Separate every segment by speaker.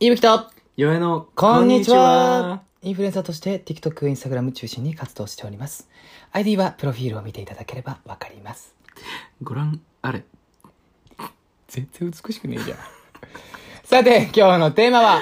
Speaker 1: いぶきと、
Speaker 2: よえの、
Speaker 1: こんにちは。インフルエンサーとして TikTok、Instagram 中心に活動しております。ID はプロフィールを見ていただければわかります。
Speaker 2: ご覧あれ。
Speaker 1: 全然美しくねえじゃん。さて、今日のテーマは、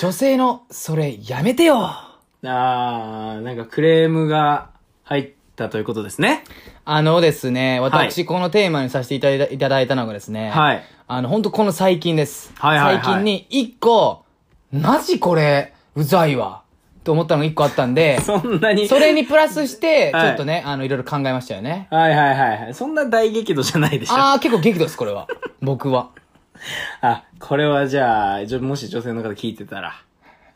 Speaker 1: 女性のそれやめてよ
Speaker 2: あー、なんかクレームが入ったということですね。
Speaker 1: あのですね、私、
Speaker 2: は
Speaker 1: このテーマにさせていただいたいただいたのがですね、
Speaker 2: はい。
Speaker 1: あの、ほんとこの最近です。
Speaker 2: はいはいはい
Speaker 1: 最近に一個、マジこれ、うざいわ。と思ったのが一個あったんで、
Speaker 2: そんな に。
Speaker 1: それにプラス して、ちょ
Speaker 2: はい
Speaker 1: っとね、あの、いろいろ考えましたよね。
Speaker 2: はいはいはいはい。そんな大激怒じゃないでしょ。あ
Speaker 1: あー、結構激怒です、これは。僕は。
Speaker 2: これはじゃあ、じょもし女性の方聞いてたら、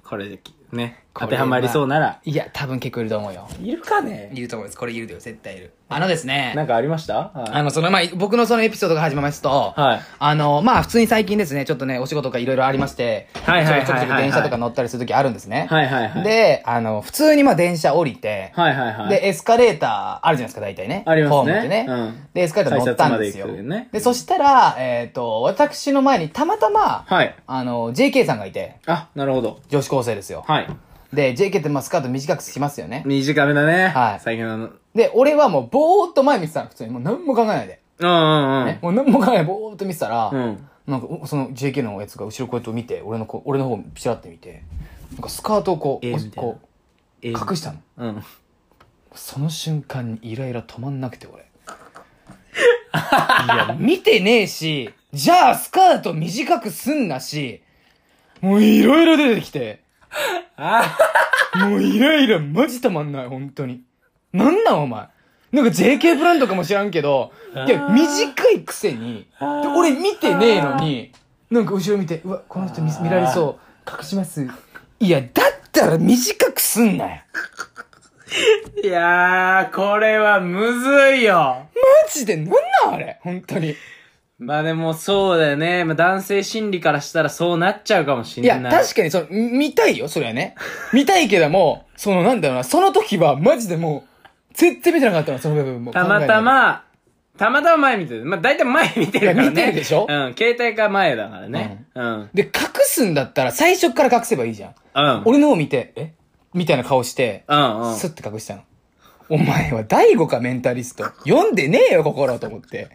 Speaker 2: これでき、ね、当てはまりそうなら。
Speaker 1: いや、多分結構いると思うよ。
Speaker 2: いるかね
Speaker 1: いると思います。これいるよ、絶対いる。あのです
Speaker 2: な
Speaker 1: ね、
Speaker 2: んかありましたは
Speaker 1: あの、その、まあ、僕のそのエピソードが始まりますと、
Speaker 2: い。はい。
Speaker 1: あの、まあ、普通に最近ですね、ちょっとね、お仕事がいろいろありまして、
Speaker 2: はいはいはいはいはい
Speaker 1: ちょっと電車とか乗ったりするときあるんですね。
Speaker 2: はいはいはい。、
Speaker 1: で、あの、普通にまあ、電車降りて、
Speaker 2: はいはいはい。
Speaker 1: で、エスカレーターあるじゃないですか、大体ね。
Speaker 2: ありますね
Speaker 1: ホームってね。
Speaker 2: うん
Speaker 1: で、エスカレーター乗ったんですよ。
Speaker 2: 改札まで行くね
Speaker 1: で、そしたら、えっ、と、私の前にたまたま、
Speaker 2: はい。
Speaker 1: あの、JK さんがいて、
Speaker 2: あ、なるほど。
Speaker 1: 女子高生ですよ。
Speaker 2: はい。
Speaker 1: で、JK ってまあスカート短くしますよね。
Speaker 2: 短めだね。
Speaker 1: はい
Speaker 2: 最近の。うん
Speaker 1: で、俺はもうぼーっと前見てたの、普通に。もう何も考えないで。
Speaker 2: うんうん
Speaker 1: ね、もう何も考えないでぼーっと見てたら、
Speaker 2: うん。
Speaker 1: なんか、おその JK のやつが後ろこうやって見て、俺のこ、俺の方ちらって見て、なんかスカートをこう、
Speaker 2: えー
Speaker 1: お
Speaker 2: みたいな
Speaker 1: こう、
Speaker 2: えー
Speaker 1: 隠したの。
Speaker 2: うん。
Speaker 1: その瞬間にイライラ止まんなくて、 俺。いや、見てねえし、じゃあスカート短くすんなし、もういろいろ出てきて、
Speaker 2: あ
Speaker 1: もうイライラマジたまんない、本当に。なんなんお前。なんか JK ブランドかもしらんけど、いや、
Speaker 2: あー
Speaker 1: 短いくせに、で
Speaker 2: あー
Speaker 1: 俺見てねえのに、なんか後ろ見て、うわ、この人見見られそう、隠します。いや、だったら短くすんなよ。
Speaker 2: いやー、これはむずいよ。
Speaker 1: マジでなんなんあれ、本当に。
Speaker 2: まあでもそうだよね。まあ男性心理からしたらそうなっちゃうかもし
Speaker 1: い
Speaker 2: れな
Speaker 1: や
Speaker 2: い。、
Speaker 1: 確かにその、み見たいよ、それはね。見たいけども、その、なんだろうな、その時はマジでもう、絶対見てなかったの、その部分も。
Speaker 2: たまたま、たまたま前見てる。まあ大体前見てるからね。
Speaker 1: いや見てるでしょ
Speaker 2: うん。携帯が前だからね。うん。
Speaker 1: で、隠すんだったら最初から隠せばいいじゃん。
Speaker 2: うん。
Speaker 1: 俺の方見て、えみたいな顔して、
Speaker 2: うんうん。
Speaker 1: スッて隠したの。お前は第五かメンタリスト。読んでねえよ、心と思って。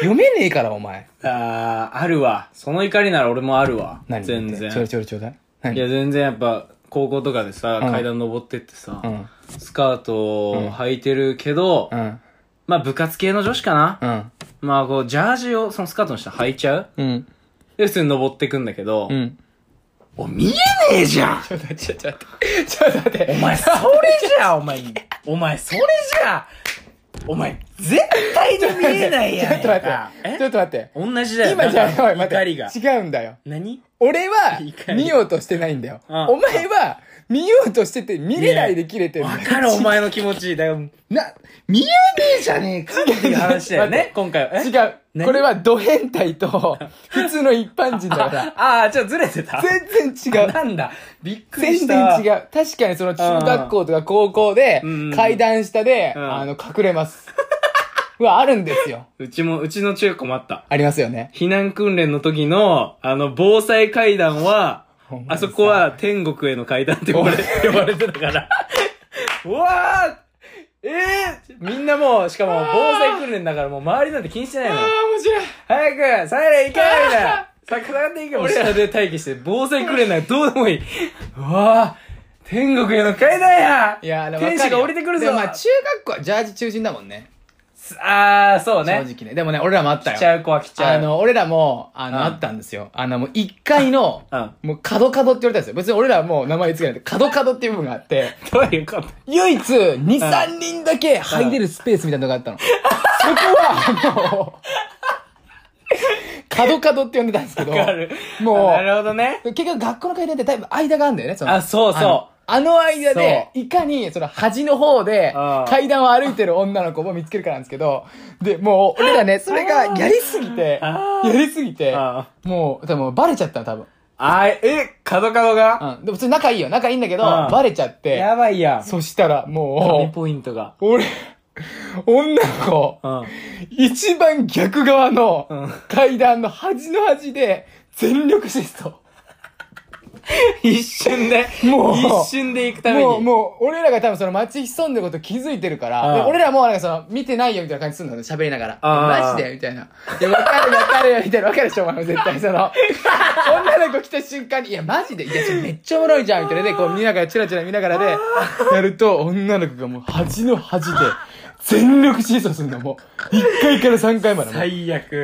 Speaker 1: 読めねえから、お前。
Speaker 2: あー、あるわ。その怒りなら俺もあるわ。
Speaker 1: 何
Speaker 2: 全
Speaker 1: ちょろ
Speaker 2: 然。
Speaker 1: ちょろちょろだい
Speaker 2: い
Speaker 1: 何
Speaker 2: や、全然やっぱ、高校とかでさ、
Speaker 1: うん
Speaker 2: 階段登ってってさ、
Speaker 1: うん。
Speaker 2: スカートを履いてるけど、
Speaker 1: うん。
Speaker 2: まあ部活系の女子かな、
Speaker 1: うん。
Speaker 2: まあこう、ジャージを、そのスカートの下履いちゃう
Speaker 1: うん。
Speaker 2: で、普通に登ってくんだけど、
Speaker 1: うん。
Speaker 2: お、見えねえじゃん
Speaker 1: ちょっと待って、ちょっと待って。ちょっと待って。
Speaker 2: お前、それじゃんお前、 お前、それじゃお前、絶対に見えないや
Speaker 1: ちょ
Speaker 2: ん
Speaker 1: っと待
Speaker 2: や
Speaker 1: って。
Speaker 2: ん
Speaker 1: ちょっと待って。
Speaker 2: え同じだよ。
Speaker 1: 今じゃあ、おい、待
Speaker 2: 怒りが
Speaker 1: っ。て。違うんだよ。
Speaker 2: 何
Speaker 1: 俺は
Speaker 2: 怒り
Speaker 1: 見ようとしてないんだよ。
Speaker 2: うん
Speaker 1: お前は見ようとしてて見れないで切れてるんだ
Speaker 2: わ
Speaker 1: よ
Speaker 2: かる、お前の気持ち。だから、な、見えねえじゃねえかっていう話だよ
Speaker 1: 待っ
Speaker 2: ね、今回は。え
Speaker 1: 違う。
Speaker 2: 何
Speaker 1: これはド変態と普通の一般人だから。
Speaker 2: ああ、ちょっとずれてた。
Speaker 1: 全然違う。
Speaker 2: なんだ。びっくりし
Speaker 1: 全
Speaker 2: た。
Speaker 1: 然違
Speaker 2: う。
Speaker 1: う。確かにその中学校とか高校で
Speaker 2: うん
Speaker 1: 階段下で、
Speaker 2: うん
Speaker 1: あの、隠れます。はあるんですよ。
Speaker 2: うちも、うちの中学もあった。
Speaker 1: ありますよね。
Speaker 2: 避難訓練の時の、あの、防災階段は
Speaker 1: お前、さ
Speaker 2: あそこは天国への階段って呼ばれ呼ばれてたから。 うわーえー、みんなもう、しかも防災訓練だからもう周りなんて気にしてないの。
Speaker 1: 面白い。
Speaker 2: 早く、サイレン行けみたい な。逆下がっていけもう下で待機して、防災訓練なんかどうでもいい。うわー天国への階段や
Speaker 1: いや、でもわか
Speaker 2: 天
Speaker 1: よ
Speaker 2: 使が降りてくる
Speaker 1: で
Speaker 2: ぞ
Speaker 1: もまあ中学校はジャージ中心だもんね。
Speaker 2: あー、そう
Speaker 1: 正
Speaker 2: ね。
Speaker 1: 直ね。でもね、俺らもあった
Speaker 2: 来
Speaker 1: よ
Speaker 2: ち。ゃう子は来ちゃ
Speaker 1: あ
Speaker 2: う。
Speaker 1: の、俺らも、あの、
Speaker 2: うん
Speaker 1: あったんですよ。あの、もう一階の
Speaker 2: うん、
Speaker 1: もう角角って言われたんですよ。別に俺らはもう名前つけないで、角角っていう部分があって、
Speaker 2: どういうこと
Speaker 1: 唯一、二三人だけ入れるスペースみたいなのがあったの。そこは、あの、角角って呼んでたんですけど
Speaker 2: わかる、。
Speaker 1: も
Speaker 2: なるほどね。
Speaker 1: う、結局学校の階段ってだいぶ間があるんだよね、その。
Speaker 2: あそうそう
Speaker 1: の。あの間で、いかに、その、端の方で
Speaker 2: うん、
Speaker 1: 階段を歩いてる女の子を見つけるかなんですけど、で、もう、俺らね、それがやりすぎて、
Speaker 2: あー
Speaker 1: やりすぎて
Speaker 2: あ、
Speaker 1: もう、多分バレちゃったの、多分。
Speaker 2: あー、え、角角が
Speaker 1: うん。でも、普通に仲いいよ、仲いいんだけど、
Speaker 2: うん
Speaker 1: バレちゃって、
Speaker 2: やばいやん。
Speaker 1: そしたら、も
Speaker 2: 神
Speaker 1: う、
Speaker 2: ポイントが。
Speaker 1: 俺、女の子、
Speaker 2: うん。
Speaker 1: 一番逆側の
Speaker 2: うん
Speaker 1: 階段の端の端で全力疾走。
Speaker 2: 一瞬で、
Speaker 1: もう
Speaker 2: 一瞬で行くために。
Speaker 1: もう、もう、俺らが多分その待ち潜んでること気づいてるから、
Speaker 2: あ
Speaker 1: で
Speaker 2: あ
Speaker 1: 俺らもなんかその、見てないよみたいな感じすんのね、喋りながら。
Speaker 2: ああ
Speaker 1: マジでみたいな。いや、わかるわかるよみたいな、わかるでしょ、お前も絶対そ の。女の子来た瞬間に、いや、マジでいや、それめっちゃおもろいじゃんみたいなで、こう見ながら、チラチラ見ながらで、やると、女の子がもう端の端で、全力疾走するの、もう。1回から3回までもう。
Speaker 2: 最悪。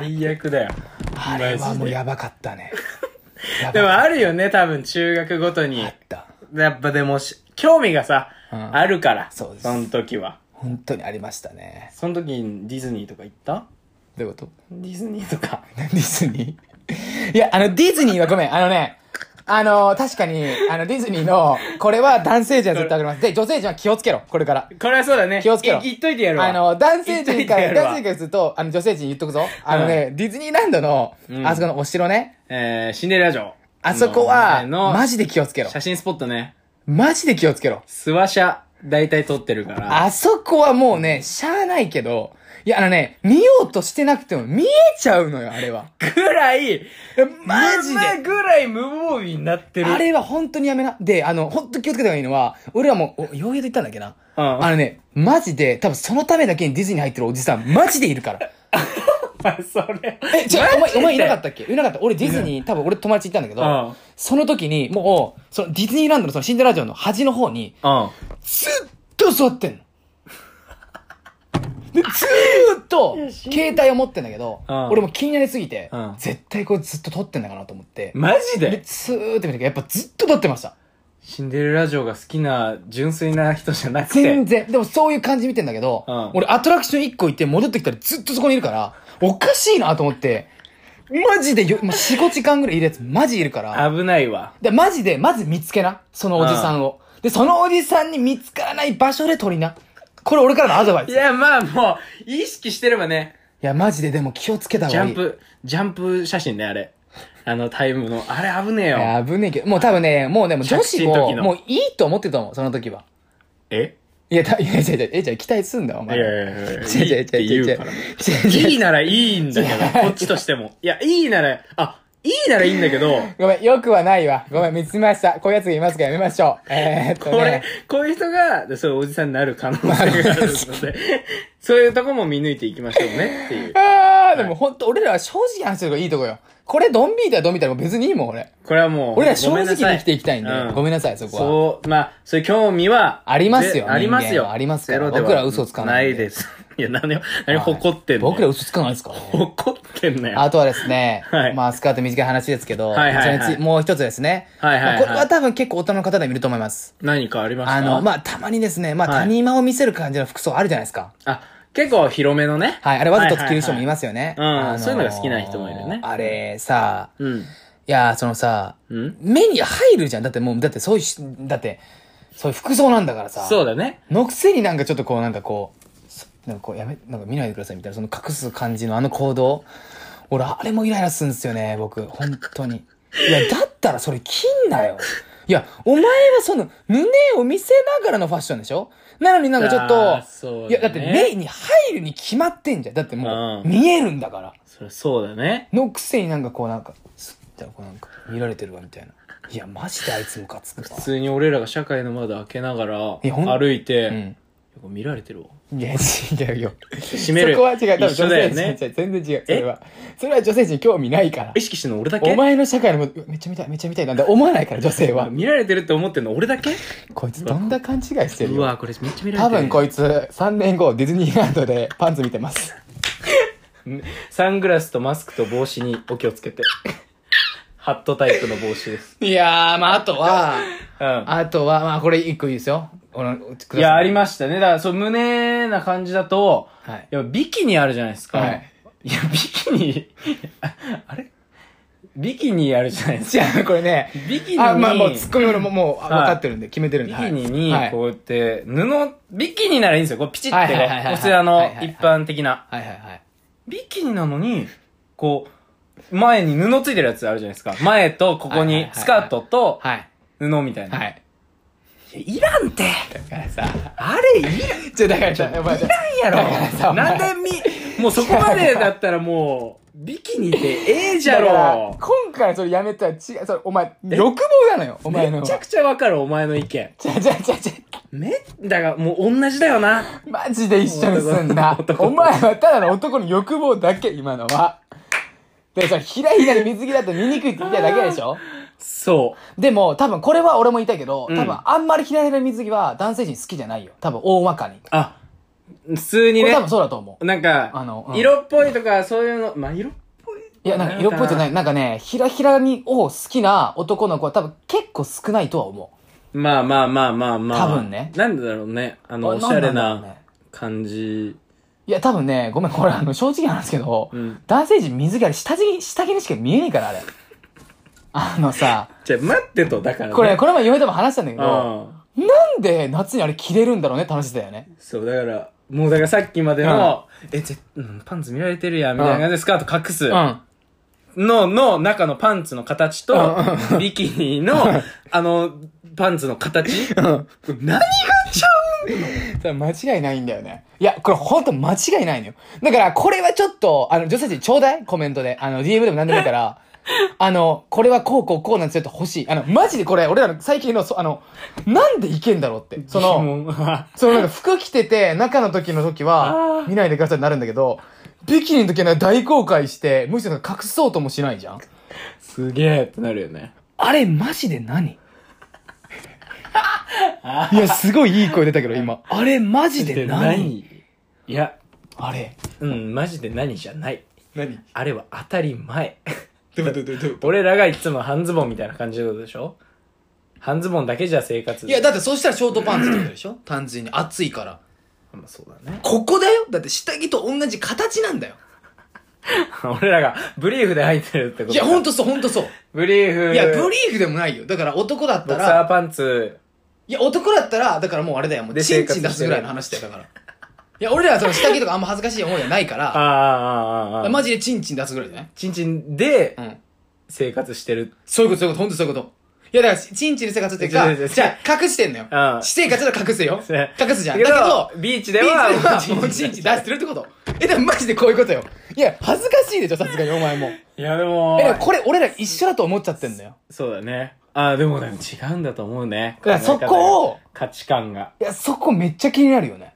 Speaker 2: 最悪だよ。
Speaker 1: あれは
Speaker 2: マジ
Speaker 1: もう
Speaker 2: で。
Speaker 1: やばかったね。
Speaker 2: でもあるよね、多分中学ごとに
Speaker 1: あっ。た。
Speaker 2: やっぱでもし、興味がさ、
Speaker 1: うん
Speaker 2: あるから。
Speaker 1: そうです
Speaker 2: の時は。
Speaker 1: 本当にありましたね。
Speaker 2: その時にディズニーとか行った
Speaker 1: どういうこと
Speaker 2: ディズニーとか。
Speaker 1: ディズニーい や、あの、ディズニーはごめん。あのね、あの、確かに、あの、ディズニーの、これは男性陣は絶対わかります。で、女性陣は気をつけろ、これから。
Speaker 2: これはそうだね。
Speaker 1: 気をつけろ
Speaker 2: い言っといてやるわ。
Speaker 1: あの、男性陣か
Speaker 2: 言っと
Speaker 1: ら、
Speaker 2: いてやるわ
Speaker 1: 男性からすると、あの、女性陣言っとくぞ。あのね、ディズニーランドの
Speaker 2: う、ん
Speaker 1: あそこのお城ね、
Speaker 2: えー、シンデレラ城。
Speaker 1: あそこは、
Speaker 2: の
Speaker 1: マジで気をつけろ。
Speaker 2: 写真スポットね。
Speaker 1: マジで気をつけろ。
Speaker 2: 諏訪社、大体撮ってるから。
Speaker 1: あそこはもうね、しゃあないけど、いや、あのね、見ようとしてなくても見えちゃうのよ、あれは。
Speaker 2: ぐらい、
Speaker 1: マジで
Speaker 2: まあぐらい無防備になってる。
Speaker 1: あれは本当にやめな。で、あの、本当気をつけた方がいいのは、俺はもう、お洋平と言ったんだっけな。
Speaker 2: うん
Speaker 1: あのね、マジで、多分そのためだけにディズニー入ってるおじさん、マジでいるから。
Speaker 2: あ、それ。
Speaker 1: え、違う、お
Speaker 2: マ
Speaker 1: 前、
Speaker 2: ジで
Speaker 1: お前いなかったっけいなかった。俺ディズニー、多分俺友達行ったんだけ
Speaker 2: う
Speaker 1: ど
Speaker 2: ん、
Speaker 1: その時に、もう、そのディズニーランドのそのシンデレラ城の端の方に、
Speaker 2: うん。
Speaker 1: ずっと座ってんの。でずーっと、携帯を持ってんだけど、
Speaker 2: うん
Speaker 1: 俺も気になりすぎて
Speaker 2: うん、
Speaker 1: 絶対これずっと撮ってんだかなと思って、
Speaker 2: マジ
Speaker 1: で、
Speaker 2: で
Speaker 1: ずーって見てやっぱずっと撮ってました。
Speaker 2: シンデレラ城が好きな純粋な人じゃなくて。
Speaker 1: 全然。でもそういう感じ見てんだけど、
Speaker 2: うん
Speaker 1: 俺アトラクション1個行って戻ってきたらずっとそこにいるから、おかしいなと思って、マジでよ、もう4、5時間ぐらいいるやつマジいるから、
Speaker 2: 危ないわ。
Speaker 1: で、マジで、まず見つけな。そのおじさんを。で、そのおじさんに見つからない場所で撮りな。これ俺からのアドバイ
Speaker 2: い
Speaker 1: ス。いや、
Speaker 2: や、まあもう、意識してればね、
Speaker 1: マジででも気をつけた方
Speaker 2: ジ
Speaker 1: がい
Speaker 2: ャ
Speaker 1: い。
Speaker 2: ンプ、ジャンプ写真ね、あれ。あの、タイムの、あれ危ねえ
Speaker 1: い
Speaker 2: よ。
Speaker 1: や、危ねえけど、もう多分ね、もうね、もう女子
Speaker 2: 着信時
Speaker 1: も、
Speaker 2: の
Speaker 1: もういいと思ってたもん、その時は。
Speaker 2: え
Speaker 1: いや、たいや、違う違う、え、じゃあ期待すんだ、お
Speaker 2: い
Speaker 1: 前。
Speaker 2: やいやいやいや、
Speaker 1: 違う違う違う違う
Speaker 2: いい
Speaker 1: 違
Speaker 2: って言
Speaker 1: う
Speaker 2: うから。
Speaker 1: 違う
Speaker 2: いいならいいんだけど、こっちとしても。いや、いいなら、あ、いいならいいんだけど、
Speaker 1: ごめん、よくはないわ。ごめん、見つけました。こういうやつがいますからやめましょう。えー、っと
Speaker 2: これ
Speaker 1: ね。、
Speaker 2: こういう人が、そういうおじさんになる可能性があるので、そういうとこも見抜いていきましょうねっていう。
Speaker 1: あー、でもほんと、俺らは正直話してる方がいいとこよ。これ、ドンビーだドンビーだ別にいいもん、俺。
Speaker 2: これはもう、
Speaker 1: 俺ら正直に生きていきたいんで
Speaker 2: う、
Speaker 1: ごめんなさい、そこは。
Speaker 2: そう、まあ、そういう興味は。
Speaker 1: ありますよ
Speaker 2: ぜあります
Speaker 1: 人間
Speaker 2: よ。
Speaker 1: はありますから
Speaker 2: ゼロでは
Speaker 1: 僕ら嘘つかない
Speaker 2: なんい
Speaker 1: で
Speaker 2: です。 いや、何を、何を誇ってんの、
Speaker 1: 僕ら嘘つかないですからね。
Speaker 2: 怒ってんのよ。
Speaker 1: あとはですね、
Speaker 2: はい
Speaker 1: まあ、スカート短い話ですけど、
Speaker 2: はいはいはい
Speaker 1: それにつもう一つですね。
Speaker 2: はいはいはい
Speaker 1: まあこれは多分結構大人の方でもいると思います。
Speaker 2: 何かありますか
Speaker 1: あの、まあ、たまにですね、まあ、
Speaker 2: はい
Speaker 1: 谷間を見せる感じの服装あるじゃないですか。
Speaker 2: あ、結構広めのね。
Speaker 1: はい、あれわざとつける人もい
Speaker 2: す。
Speaker 1: ますよね。
Speaker 2: はいはいはいうん
Speaker 1: あ
Speaker 2: そういうのが好きな人もいるよね
Speaker 1: あれ、さ、
Speaker 2: うん。
Speaker 1: いやー、そのさ、
Speaker 2: うん
Speaker 1: 目に入るじゃん。だってもう、だってそういうし、だって、そういう服装なんだからさ。
Speaker 2: そうだね。
Speaker 1: のくせになんかちょっとこう、なんかこう、そなんかこう、やめ、なんか見ないでくださいみたいな、その隠す感じのあの行動。俺、あれもイライラするんですよね、僕。本当に。いや、だったらそれ切んなよ。いや、お前はその、胸を見せながらのファッションでしょなのになんかちょっ
Speaker 2: あー
Speaker 1: と、
Speaker 2: そうだね
Speaker 1: いや、だって目に入るに決まってんじゃん。だってもう、
Speaker 2: うん
Speaker 1: 見えるんだから。
Speaker 2: それそうだね。
Speaker 1: のくせになんかこうなんか、すったらこうなんか見られてるわみたいな。いや、マジであいつムカつくわ
Speaker 2: 普。通に俺らが社会の窓開けながら
Speaker 1: いやほん
Speaker 2: 歩いて、
Speaker 1: うん。
Speaker 2: 見られてるわ。
Speaker 1: いや、違うよ。
Speaker 2: 閉める。
Speaker 1: そこは違う。多分女
Speaker 2: 一緒だ
Speaker 1: 性
Speaker 2: よ
Speaker 1: 陣、
Speaker 2: ね。
Speaker 1: 違う全然違う。それは。それは女性陣興味ないから
Speaker 2: 意。識してんの俺だけ
Speaker 1: お前の社会のも、うわめっちゃ見たい、めっちゃ見たいなんて思わないから、女性は。
Speaker 2: 見られてるって思ってんの俺だけ
Speaker 1: こいつどんな勘違いしてる
Speaker 2: う
Speaker 1: よ。
Speaker 2: わ、これめっちゃ見られてる。
Speaker 1: 多分こいつ、3年後、ディズニーランドでパンツ見てます。
Speaker 2: サングラスとマスクと帽子にお気をつけて。 ハットタイプの帽子です。
Speaker 1: いやー、まああとは、
Speaker 2: うん。
Speaker 1: あとは、まあこれ一個いいですよ。おの
Speaker 2: いや、あり
Speaker 1: ま
Speaker 2: ましたね。だから、そう、胸な感じだと、
Speaker 1: はい
Speaker 2: やっぱビキニあるじゃないですか。
Speaker 1: はい。
Speaker 2: や、ビキニ、ああれビキニあるじゃないです
Speaker 1: じ
Speaker 2: か。
Speaker 1: ゃあ、これね。
Speaker 2: ビキニに、
Speaker 1: あ、まあもう、ツッコミ俺ももう、分
Speaker 2: い
Speaker 1: かってるんで、決めてるん
Speaker 2: ビ
Speaker 1: で。
Speaker 2: キニ
Speaker 1: は
Speaker 2: に
Speaker 1: い、
Speaker 2: こうやって、布、ビキニならいいんですよ。こうピチってこう、
Speaker 1: はいはいはいはい
Speaker 2: こちら
Speaker 1: はい
Speaker 2: の
Speaker 1: はいはい
Speaker 2: 一般的な。
Speaker 1: はいはいはい。
Speaker 2: ビキニなのに、こう、前に布ついてるやつあるじゃないですか。前とここ
Speaker 1: はいはいはい
Speaker 2: に
Speaker 1: はい
Speaker 2: スカートと
Speaker 1: はい。
Speaker 2: 布みたいな。
Speaker 1: はい。
Speaker 2: いやいらん て
Speaker 1: だからさ、
Speaker 2: あれいらん
Speaker 1: ちょ、だからさ、お前、い
Speaker 2: いらんや
Speaker 1: だ
Speaker 2: ろ
Speaker 1: からさお前
Speaker 2: なんでみ、もうそこまでだったらもう、ビキニでええじゃ
Speaker 1: だから
Speaker 2: ろ。
Speaker 1: 今回それやめたら違う、それお前、欲望なのよ、お前の。
Speaker 2: めちゃくちゃわかる、お前の意見。
Speaker 1: ちゃちゃちゃち
Speaker 2: め、だからもう同じだよな。
Speaker 1: ゃ、マジで一緒にすんな
Speaker 2: 男。と
Speaker 1: お前はただの男の欲望だけ、今のは。で、それひらひらに水着だと見にくいって言いたいだけでしょ
Speaker 2: そ
Speaker 1: でも、多分これは俺も言いたいけど、
Speaker 2: うん
Speaker 1: 多分あんまりひらひら水着は男性陣好きじゃないよ。多分大まかに。
Speaker 2: う。あ、普通に
Speaker 1: これ
Speaker 2: ね
Speaker 1: 多、分そうだと思う。
Speaker 2: なんか、
Speaker 1: あのうん
Speaker 2: 色っぽいとかそういうの、まあ、色っぽい。。
Speaker 1: いや、なんか色っぽいじゃないい。なんかね、ひらひらに、を好きな男の子は多分結構少ないとは思
Speaker 2: まあまあまあまあまあ。
Speaker 1: 多分ね
Speaker 2: なんでだろうね。あ
Speaker 1: う。
Speaker 2: の、おしゃれな
Speaker 1: ね。
Speaker 2: 感じ。
Speaker 1: いや、多分ね、ごめん、これあの、正直なんですけど、
Speaker 2: うん。
Speaker 1: 男性陣水着あれ下着、下着にしか見えねえから、あ れ。あのさ、
Speaker 2: じゃあ待ってと、だから、ね。
Speaker 1: これ、この前嫁とも話したんだけ
Speaker 2: う。
Speaker 1: ど、なんんで夏にあれ着れるんだろうねって話してたよね。
Speaker 2: そう、だから、もうだからさっきまでの、え、ぜ、うんパンツ見られてるやん、みたいな感じでスカート隠す。
Speaker 1: うん。
Speaker 2: の、の中のパンツの形と、
Speaker 1: う
Speaker 2: ビキニの、あの、パンツの形
Speaker 1: うん。
Speaker 2: 何がちゃ
Speaker 1: それ間違いないんだよね。いや、これほんと間違いないのよ。だから、これはちょっと、あの、女性陣ちょうだいコメントで。あの、DM でも何でもいい から、あの、これはこうこうこうなんですよって欲しい。あの、マジでこれ、俺らの最近の、そあの、なんでいけんだろうって。
Speaker 2: う
Speaker 1: その、
Speaker 2: 疑問あ
Speaker 1: そのなんか服着てて、中の時の時
Speaker 2: あ
Speaker 1: は
Speaker 2: ー、
Speaker 1: 見ないでくださいになるんだけど、ビキニの時はね大公開して、むしろなんか隠そうともしないじゃん。
Speaker 2: すげえってなるよね。
Speaker 1: あれ、マジで何 いや、すごいいい声出たけど、今。あれ、マジで何
Speaker 2: いや、
Speaker 1: あれ。
Speaker 2: うん、マジで何じゃない。
Speaker 1: 何
Speaker 2: あれは当たり前。
Speaker 1: どういうことどういうこ
Speaker 2: 俺らがいつも半ズボンみたいな感じのことでしょ半ズボンだけじゃ生活。
Speaker 1: といや、、だってそうしたらショートパンツってことでしょ単純に暑いから。
Speaker 2: まあそうだね。
Speaker 1: ここだよだって下着と同じ形なんだよ。
Speaker 2: 俺らがブリーフで入ってるってことか
Speaker 1: いや、ほんとそう、ほんとそう。
Speaker 2: ブリーフ。
Speaker 1: いや、ブリーフでもないよ。だから男だっ
Speaker 2: ボ
Speaker 1: た
Speaker 2: クサー
Speaker 1: ら、
Speaker 2: パンツ。
Speaker 1: いや、男だったら、だからもうあれだよ。もう、
Speaker 2: で
Speaker 1: チ
Speaker 2: 生
Speaker 1: ン
Speaker 2: 活
Speaker 1: チン出すぐらいの話だよ、だから。いや、俺らはその下着とかあんま恥ずかしい思いはないか
Speaker 2: ああ、
Speaker 1: ら、
Speaker 2: ああ、ああ。
Speaker 1: マ
Speaker 2: ジ。
Speaker 1: ジでチンチン出すぐらいじゃない
Speaker 2: チンチンで
Speaker 1: うん。
Speaker 2: 生活して る。
Speaker 1: そういうこと、そういうこと、ほんとそういうこと。いや、だから、チンチンの生活っていうか
Speaker 2: 違う違う違、う
Speaker 1: じゃあ、隠してんのよ。
Speaker 2: うん
Speaker 1: 私生活だと隠すよ。隠すじゃん。だ
Speaker 2: だ
Speaker 1: けど、
Speaker 2: けど、ビーチ
Speaker 1: で
Speaker 2: で
Speaker 1: は、
Speaker 2: は、
Speaker 1: もうチンチ出してるってこと。え、でもマジでこういうことよ。いや、恥ずかしいでしょ、さすがにお前も。
Speaker 2: いや、でも
Speaker 1: え、でも、これ俺ら一緒だと思っちゃってんだよ。
Speaker 2: そうだね。ああ、でもね、違うんだと思うね。
Speaker 1: だからそこを
Speaker 2: 考え方が価値観が。
Speaker 1: いや、そこめっちゃ気になるよね。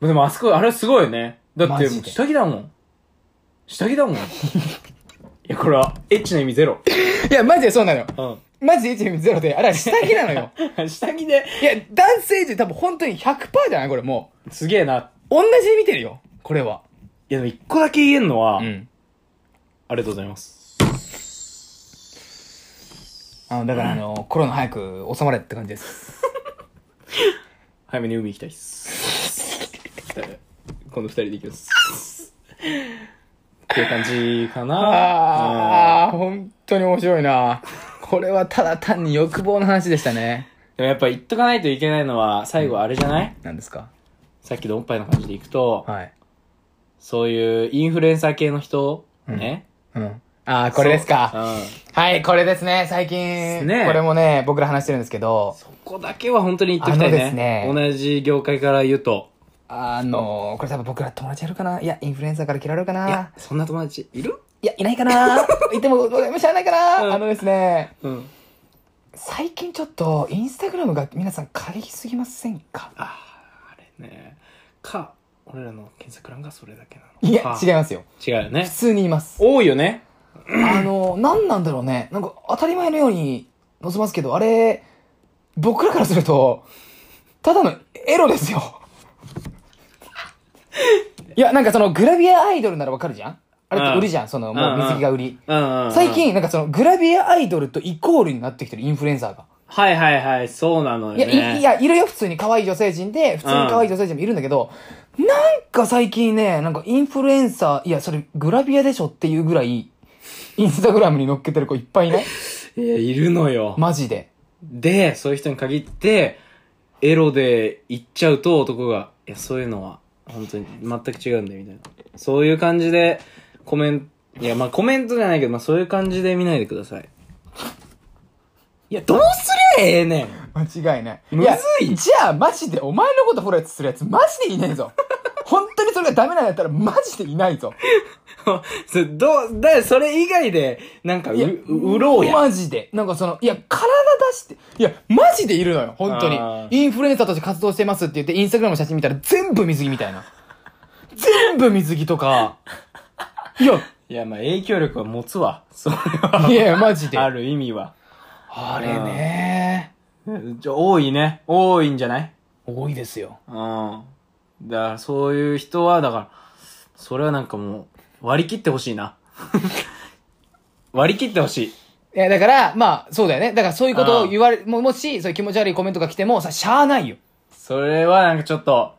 Speaker 2: でもあそこ、あれすごいね。だっ
Speaker 1: マ
Speaker 2: て、
Speaker 1: ジで
Speaker 2: もう下着だもん。下着 だもん。いや、これは、エッチな意味ゼロ。
Speaker 1: いや、マジでそうなのよ。
Speaker 2: う
Speaker 1: マジで1.0で、あれは下着なのよ。
Speaker 2: ん。 下着で、
Speaker 1: いや、男性陣多分本当に100%じゃないこれもう。
Speaker 2: すげえな。
Speaker 1: 同じで見てるよ。これは。
Speaker 2: いや、でも一個だけ言えんのは、
Speaker 1: ん。
Speaker 2: ありがとうございます。
Speaker 1: あの、だからあの、コロナ早く収まれって感じです。
Speaker 2: 早めに海行きたいっす。今度二人で行きます。っていう感じかな。うん
Speaker 1: ああ、本当に面白いな。これはただ単に欲望の話でしたね。
Speaker 2: でもやっぱ言っとかないといけないのは、最後あれじゃない、
Speaker 1: 何ですか
Speaker 2: さっきのおっぱいの感じでいくと、
Speaker 1: はい。
Speaker 2: そういうインフルエンサー系の人、
Speaker 1: うん
Speaker 2: ね。
Speaker 1: うん。ああ、これですか。
Speaker 2: そううん
Speaker 1: はい、これですね、最近。
Speaker 2: ね
Speaker 1: これもね、僕ら話してるんですけど、
Speaker 2: そこだけは本当に言っときたいね。
Speaker 1: あのですね
Speaker 2: 同じ業界から言うと。
Speaker 1: あの、これ多分僕ら友達やるかないや、インフルエンサーから嫌われるかないい
Speaker 2: や
Speaker 1: や、、
Speaker 2: そんな友達いる
Speaker 1: いないか ないても、僕らも知らないかな、
Speaker 2: うん
Speaker 1: あのですね、
Speaker 2: うん。
Speaker 1: 最近ちょっと、インスタグラムが皆さん過激すぎませんか
Speaker 2: あー、あれね。か、俺らの検索欄がそれだけなのか。
Speaker 1: いや、違いますよ。
Speaker 2: 違うよ
Speaker 1: 普
Speaker 2: ね。
Speaker 1: 通にいます。
Speaker 2: 多いよね。
Speaker 1: あの、何なんだろうね。なんか、当たり前のように載せますけど、あれ、僕らからすると、ただのエロですよ。いや、なんかそのグラビアアイドルならわかるじゃんあれって売りじゃん、その、もう水着が売り。
Speaker 2: うん、うん。
Speaker 1: 最。近、なんかそのグラビアアイドルとイコールになってきてるインフルエンサーが。
Speaker 2: はいはいはい、そうなのよ、
Speaker 1: いや、
Speaker 2: ね。
Speaker 1: いいや、いるよ、普通に可愛い女性陣で、普通に可愛い女性陣もいるんだけど、なんか最近ね、なんかインフルエンサー、いや、それグラビアでしょっていうぐらい、インスタグラムに載っけてる子いっぱい いない
Speaker 2: いや、いるのよ。
Speaker 1: マジで。
Speaker 2: で、そういう人に限って、エロで行っちゃうと男が、いや、そういうのは、本当に全く違うんだよ、みたいな。そういう感じで、コメント、いや、まあコメントじゃないけど、まあそういう感じで見ないでください。いや、どうすりゃええねん
Speaker 1: 間違いない。
Speaker 2: むずい
Speaker 1: やじゃあ、マジでお前のことフォローするやつ、マジでいねえぞ。本当にそれがダメなんやったらマジでいないぞ。
Speaker 2: それどう、だ、それ以外で、なんかう、
Speaker 1: いや、
Speaker 2: う売ろうや。
Speaker 1: マジで。なんかその、いや、体出して、いや、マジでいるのよ、本当に
Speaker 2: あー。
Speaker 1: インフルエンサーとして活動してますって言って、インスタグラムの写真見たら全部水着みたい な。全部水着とか。い や、
Speaker 2: いや、まあ影響力は持つわ。それは。
Speaker 1: いやいやマジで
Speaker 2: ある意味は。
Speaker 1: あれね
Speaker 2: ちょ多いね。多いんじゃない
Speaker 1: 多いですよ。
Speaker 2: うん。だから、そういう人は、だから、それはなんかもう、割り切ってほしい な。割り切ってほしい。
Speaker 1: いや、だから、まあ、そうだよね。だからそういうことを言われ、ももし、そういう気持ち悪いコメントが来ても、さ、しゃあないよ。
Speaker 2: それはなんかちょっと、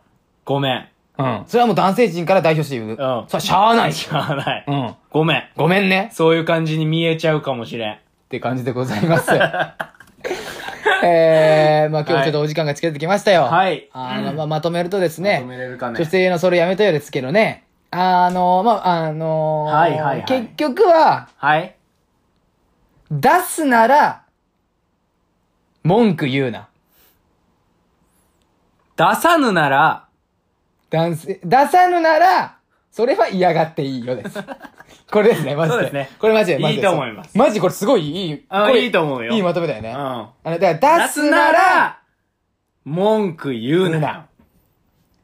Speaker 2: ごめん。
Speaker 1: うん。それはもう男性陣から代表して言う。うん。それはしゃあないし。
Speaker 2: しゃあない。
Speaker 1: うん。
Speaker 2: ごめん。
Speaker 1: ごめんね。
Speaker 2: そういう感じに見えちゃうかもしれん。
Speaker 1: って感じでござい ます。えー、まあ今日もちょっとお時間が近づいてきましたよ。
Speaker 2: はい
Speaker 1: あの、まあ、まとめるとです
Speaker 2: 止
Speaker 1: ね、
Speaker 2: めれるかね
Speaker 1: 女。性のそれやめたようですけどね、あの、まあ、あの
Speaker 2: はいはいはい
Speaker 1: 結局は、
Speaker 2: はい。
Speaker 1: 出すなら、文句言うな。
Speaker 2: 出さぬなら、
Speaker 1: 男性、出さぬなら、それは嫌がっていいよ です。これですね、マジで。
Speaker 2: そうですね
Speaker 1: これマジで、マジで。
Speaker 2: いいと思います
Speaker 1: マジこれすごいいい。
Speaker 2: あ
Speaker 1: これ
Speaker 2: いいと思うよ
Speaker 1: いいまとめだよね。
Speaker 2: う
Speaker 1: あ
Speaker 2: ん。
Speaker 1: の、だから
Speaker 2: 出
Speaker 1: 出
Speaker 2: す
Speaker 1: すなら、
Speaker 2: なら、文句言う
Speaker 1: 言う
Speaker 2: な
Speaker 1: な。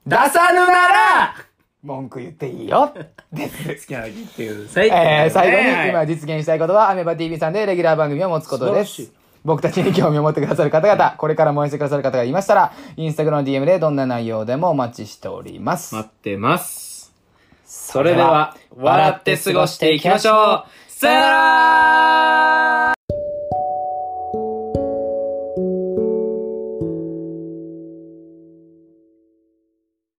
Speaker 2: 出さぬな ら、
Speaker 1: 文句言っていいよ。
Speaker 2: 好きなの言ってください。
Speaker 1: えー、最後に
Speaker 2: は
Speaker 1: 今
Speaker 2: い
Speaker 1: 実現したいことは、アメバ TV さんでレギュラー番組を持つことで
Speaker 2: 素晴ら
Speaker 1: す。僕たちに興味を持ってくださる方々、これからも応援してくださる方がいましたら、インスタグラムの DM でどんな内容でもお待ちしております。
Speaker 2: 待ってます。それでは、笑って過ごしていきましょう。さよなら